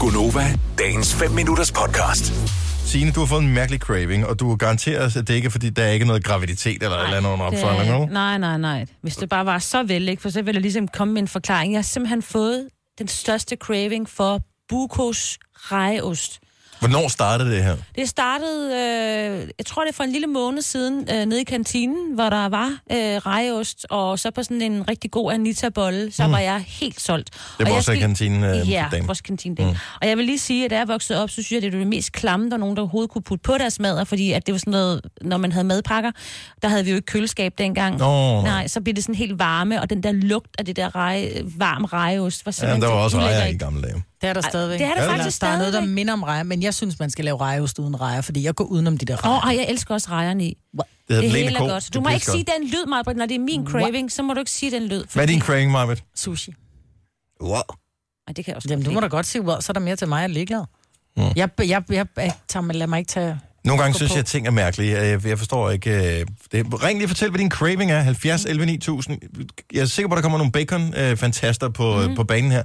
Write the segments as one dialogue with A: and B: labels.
A: Gunova, dagens 5 minutters podcast.
B: Signe, du har fået en mærkelig craving, og du garanterer os, at det ikke er, fordi der er ikke er noget graviditet eller et eller andet under opfølgning.
C: det,
B: vel?
C: nej, nej, nej. Hvis det bare var så vel, ikke? for så ville jeg ligesom komme med en forklaring. Jeg har simpelthen fået den største craving for Bukos rejeost.
B: Hvornår startede det her?
C: Det startede, øh, jeg tror det er for en lille måned siden, øh, nede i kantinen, hvor der var øh, rejeost, og så på sådan en rigtig god Anita-bolle, så mm. var jeg helt solgt.
B: Det
C: Og
B: var
C: jeg
B: også i
C: skal-
B: kantinen. Øh,
C: Ja,
B: dame.
C: vores kantindel. Mm. Og jeg vil lige sige, at da jeg voksede op, så synes jeg, det var det mest klamme, der nogen, der overhovedet kunne putte på deres madder, fordi at det var sådan noget, når man havde madpakker, der havde vi jo ikke køleskab dengang.
B: Nå.
C: Nej, så blev det sådan helt varme, og den der lugt af det der rej, varm rejeost var
B: ja,
C: simpelthen...
B: der var også
C: ulækkert.
B: rejer i gamle dage.
D: Det er der stadigvæk.
C: det er der
D: Eller
C: faktisk
D: Der er noget, der
C: stadigvæk.
D: minder om rejer, men jeg synes, man skal lave rejeost uden rejer, fordi jeg går udenom de der rejer.
C: Åh, oh, jeg elsker også rejerne i.
B: Det hedder
C: Det
B: Lene K.
C: hele er godt. Du
B: Det
C: må
B: er
C: ikke sige
B: pissegodt.
C: den lyd, Marbert. Når det er min craving, så må du ikke sige den lyd.
B: Hvad er din craving, Marvitt?
D: Sushi.
B: Wow.
C: Ej, det kan jeg også
D: Jamen,
C: godt
D: du må
C: lide.
D: da godt sige, wow, så er der mere til mig, jeg er ligeglad. Mm. Jeg, jeg, jeg, jeg, jeg tager, mig- lader mig ikke tage...
B: Nogle gange
D: Gå
B: synes
D: på.
B: jeg, at ting er mærkelige. Jeg, jeg forstår ikke... Øh, det. Ring lige og fortæl, hvad din craving er. 70 11 9000. Jeg er sikker på, at der kommer nogle bacon-fantaster på, mm. på
D: Mhm.
B: banen her.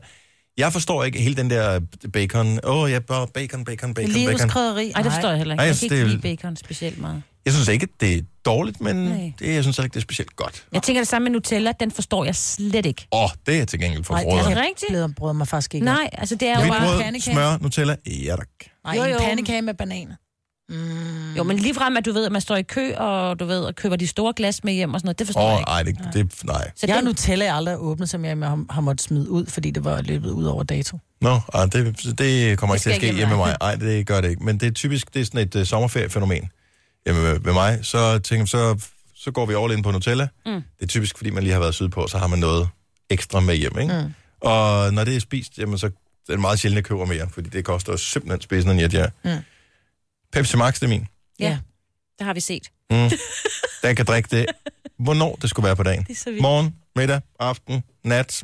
B: Jeg forstår ikke hele den der bacon. Åh, oh, ja, bare bacon, bacon, bacon,
D: Livets
B: bacon.
D: krydderi.
C: Ej, det forstår jeg heller ikke.
B: Ej, jeg
C: Jeg kan
B: synes,
C: ikke lide
B: det
C: bacon specielt meget.
B: Jeg synes ikke, det er dårligt, men
C: Nej.
B: det, jeg synes heller ikke, det er specielt godt.
C: Jeg tænker det samme med Nutella, den forstår jeg slet ikke.
B: Åh, oh, det er til gengæld for
D: Nej,
B: brødre.
D: det er
C: rigtigt?
D: rigtigt. Jeg brød mig faktisk ikke. om.
C: Nej, altså det er jo
B: Hvidt
C: bare...
B: brød,
D: pandekage.
B: smør, Nutella. Ja, tak.
D: Nej,
C: Jo,
D: jo,
C: jo.
D: jo. en pandekage med bananer.
C: Jo, men ligefrem at du ved, at man står i kø, og du ved, og køber de store glas med hjem og sådan noget, det forstår
B: Åh,
C: jeg
B: oh,
C: ikke.
B: ej, det, det, nej.
C: Så
D: Jeg har
C: den,
D: Nutella, jeg aldrig har åbnet, som jeg har, har måttet smide ud, fordi det var løbet ud over dato.
B: Nå, ej, det, det kommer ikke til
C: Det
B: at ske
C: sker ikke
B: hjemme med
C: hjemme
B: mig. Nej, det gør det ikke. Men det er typisk, det er sådan et uh, sommerferiefænomen hjemme med, med mig. Så tænker jeg, så, så går vi all in på Nutella. Mm. Det er typisk, fordi man lige har været sydpå, så har man noget ekstra med hjem, ikke? Mm. Og når det er spist, jamen, så er det meget sjældent, at jeg køber mere, fordi det koster simpelthen spidsen, end jeg mm. Pepsi Max, det er min.
C: ja, det har vi set.
B: der kan drikke det, hvornår det skulle være på dagen.
C: Det er så vildt.
B: Morgen, middag, aften, nat.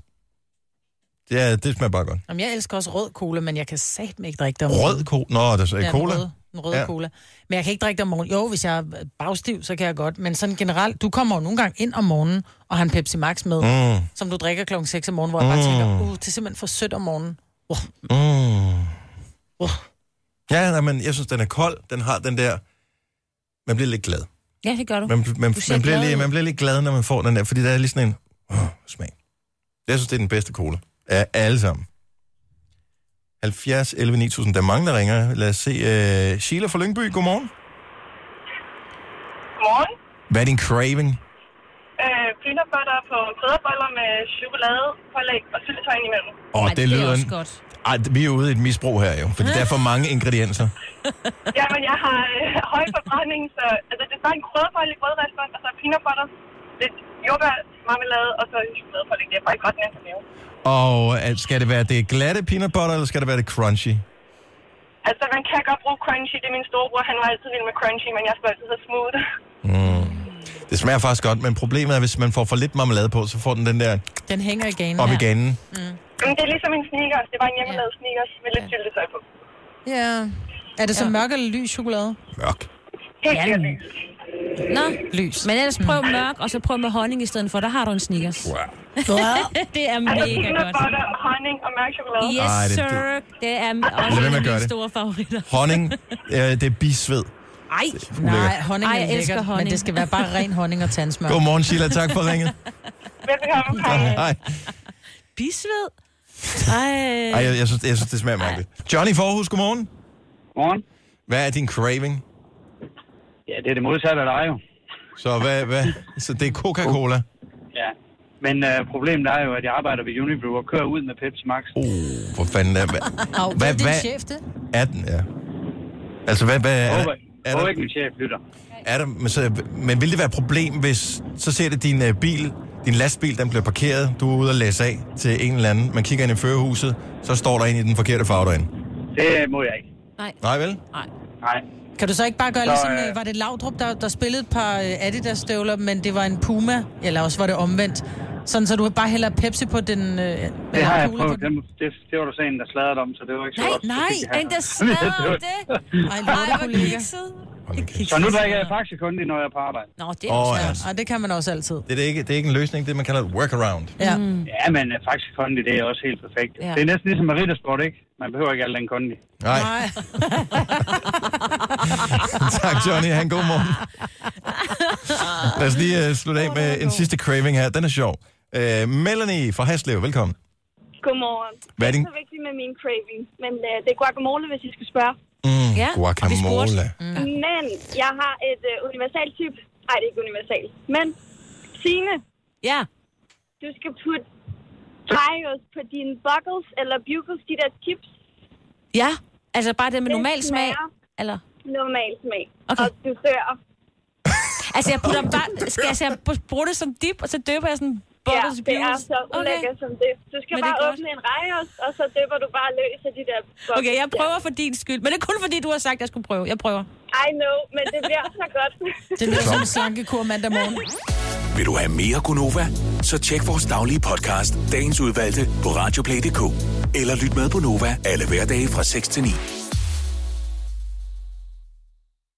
B: Ja, det smager bare godt.
D: Jamen, jeg elsker også rød cola, men jeg kan satme ikke drikke det om
B: Rød cola. Nå, der er så
D: Ja,
B: cola.
D: Den røde, den røde
B: Ja.
D: ja. cola. Men jeg kan ikke drikke det om morgenen. Jo, hvis jeg er bagstiv, så kan jeg godt. Men sådan generelt, du kommer jo nogle gange ind om morgenen og har en Pepsi Max med, mm.
B: Mm,
D: som du drikker klokken 6 om morgenen, hvor jeg bare tænker, uh, det er simpelthen for sødt om morgenen. Uh,
B: mm.
C: Oh.
D: uh.
B: Ja, nej, men jeg synes, den er kold. Den har den der... Man bliver lidt glad.
C: Ja, det gør du.
B: Man, man,
C: ser
B: man, bliver,
C: glad
B: lige,
C: ud.
B: man bliver lidt glad, når man får den der, fordi der er lige sådan en oh, smag. Jeg synes, det er den bedste cola af alle sammen. 70, 11, 9000. Der er mange, der ringer. Lad os se. Uh, Sheila fra Lyngby, godmorgen.
E: Godmorgen.
B: Hvad er din craving?
E: Øh, peanut butter på fædreboller med chokolade, pålæg og syltetøj imellem.
B: Åh, oh,
C: Ej,
B: det, det lyder...
C: er også
B: en-
C: godt.
B: Ej, vi er ude i et misbrug her jo, fordi der er for mange ingredienser.
E: Jamen, jeg har øh, høj forbrænding, så altså, det er bare en krødebolle i grødrestaurant, og så peanut butter, lidt jordbær, marmelade og så en chokoladepålæg. Det er faktisk godt nemt at lave.
B: Og at, skal det være det glatte peanut butter, eller skal det være det crunchy?
E: Altså, man kan godt bruge crunchy. Det er min storebror. Han var altid vild med crunchy, men jeg skulle altid have smooth.
B: Det smager faktisk godt, men problemet er, hvis man får for lidt marmelade på, så får den den der
D: Den hænger i ganen.
B: op i
D: her.
B: ganen.
E: Men det er ligesom en sneakers. Det var en hjemmelavet sneakers med lidt syltetøj på.
D: Ja. Er det så mørk eller lys chokolade?
B: Mørk.
E: Helt sikkert.
C: Nå,
D: Lys.
C: men ellers prøv mørk, og så prøv med honning i stedet for, der har du en Snickers. det er
E: Altså,
C: mega
E: peanut
C: godt.
E: butter, honning og mørk chokolade.
C: Yes,
B: Ej, det-
C: sir. Det er også
B: Lad være med at gøre
C: en af mine
B: det.
C: store favoritter.
B: Honning, øh, det er bisved.
C: Ej,
D: Nej, honning
C: Ej,
D: er
C: jeg elsker
D: lækkert,
C: honning.
D: men det skal være bare ren honning og tandsmør.
B: Godmorgen, Sheila. Tak for ringet.
E: Velbekomme. Hej.
B: Hej.
C: bisved. Ej.
B: Ej, jeg, jeg, synes, jeg synes, det smager mærkeligt. Johnny Forhus, godmorgen.
F: Morgen.
B: Hvad er din craving?
F: Ja, det er det modsatte af dig jo.
B: Så, hvad, hvad? så det er Coca-Cola.
F: Ja. Men øh, problemet er jo, at jeg arbejder ved Unibrew og kører ud med Pepsi Max.
B: Uh, hvor fanden er hvad,
D: Au,
B: hvad,
D: hvad, er din
B: hvad
D: chef, det?
B: er den? Ja. Altså, hvad, hvad er,
F: Jeg
B: er,
F: håber,
B: er,
F: håber
B: der,
F: ikke, min chef lytter.
B: er der, men, så, men vil det være et problem, hvis så ser det din uh, bil, din lastbil, den bliver parkeret, du er ude og læse af til en eller anden, man kigger ind i førerhuset, så står der en i den forkerte farve derinde.
F: Det må jeg ikke.
C: Nej,
B: Nej vel?
C: nej.
F: Nej.
D: Kan du så ikke bare gøre,
F: Så,
D: ligesom,
F: øh,
D: øh, var det Laudrup, der, der spillede et par øh, Adidas-støvler, men det var en Puma, eller også var det omvendt? Sådan, så du bare hælder Pepsi på den... Øh,
F: Det
D: eller
F: har jeg
D: cola på
F: prøvet.
D: den.
F: Det, det, det var du sådan, der sladrede om, så det var ikke så
D: Nej,
F: godt.
D: nej,
F: Det fik jeg.
C: En, der smadrer om det.
D: Ej,
C: Ej,
D: hvor
C: hvor
D: kollega.
C: kikset.
B: Hold da kæft.
F: Så nu drikker jeg faktisk kun når jeg er på arbejde.
C: Nå, det er
B: Åh,
C: oh,
B: ja.
C: ja.
D: Og det kan man også altid.
F: Mm.
B: Det er, ikke, det er ikke en løsning, det er, man kalder et workaround.
D: Ja.
F: Ja, men øh, faktisk kondi, det er også helt perfekt.
C: Ja.
F: Ja. Det er næsten ligesom med riddersport, ikke? Man behøver ikke al den kondi.
B: Nej,
D: Nej.
B: tak Johnny. Ha' en god morgen. Lad os lige uh, slutte af med en sidste craving her. Den er sjov. Uh, Melanie fra Haslev, velkommen.
G: Godmorgen.
B: Hvad er din-
G: Det er ikke så vigtigt med min craving, men øh, det er guacamole, hvis I skal spørge.
B: Mm,
C: Ja, og vi spurgte.
B: guacamole.
G: Ja. Men jeg har et øh, universalt tip. Nej, det er ikke universalt. Men Signe,
C: ja.
G: du skal putte drejeost på dine buckles eller bugles, de der chips,
C: Ja, altså bare det med
G: Det
C: normal smag.
G: smager.
C: Eller?
G: normal smag.
C: Okay.
G: Og du dør.
C: Altså, jeg putter bare... Skal jeg, så jeg bruge det som dip, og så døber jeg sådan...
G: Ja,
C: Buckles,
G: det er
C: Bugles?
G: så
C: okay.
G: ulækkert okay. som det. Du skal
C: Men det er
G: bare
C: godt.
G: åbne en rejeost, og så døber du bare løs af de der buckles.
C: okay, jeg prøver for din skyld. Men det er kun fordi, du har sagt, at jeg skulle prøve. Jeg prøver.
G: Der. I know, men det bliver så godt.
D: Det lyder som en slankekur mandag morgen.
A: Vil du have mere Gunova? Så tjek vores daglige podcast, dagens udvalgte, på radioplay.dk. Eller lyt med på Nova alle hverdage fra 6 til 9.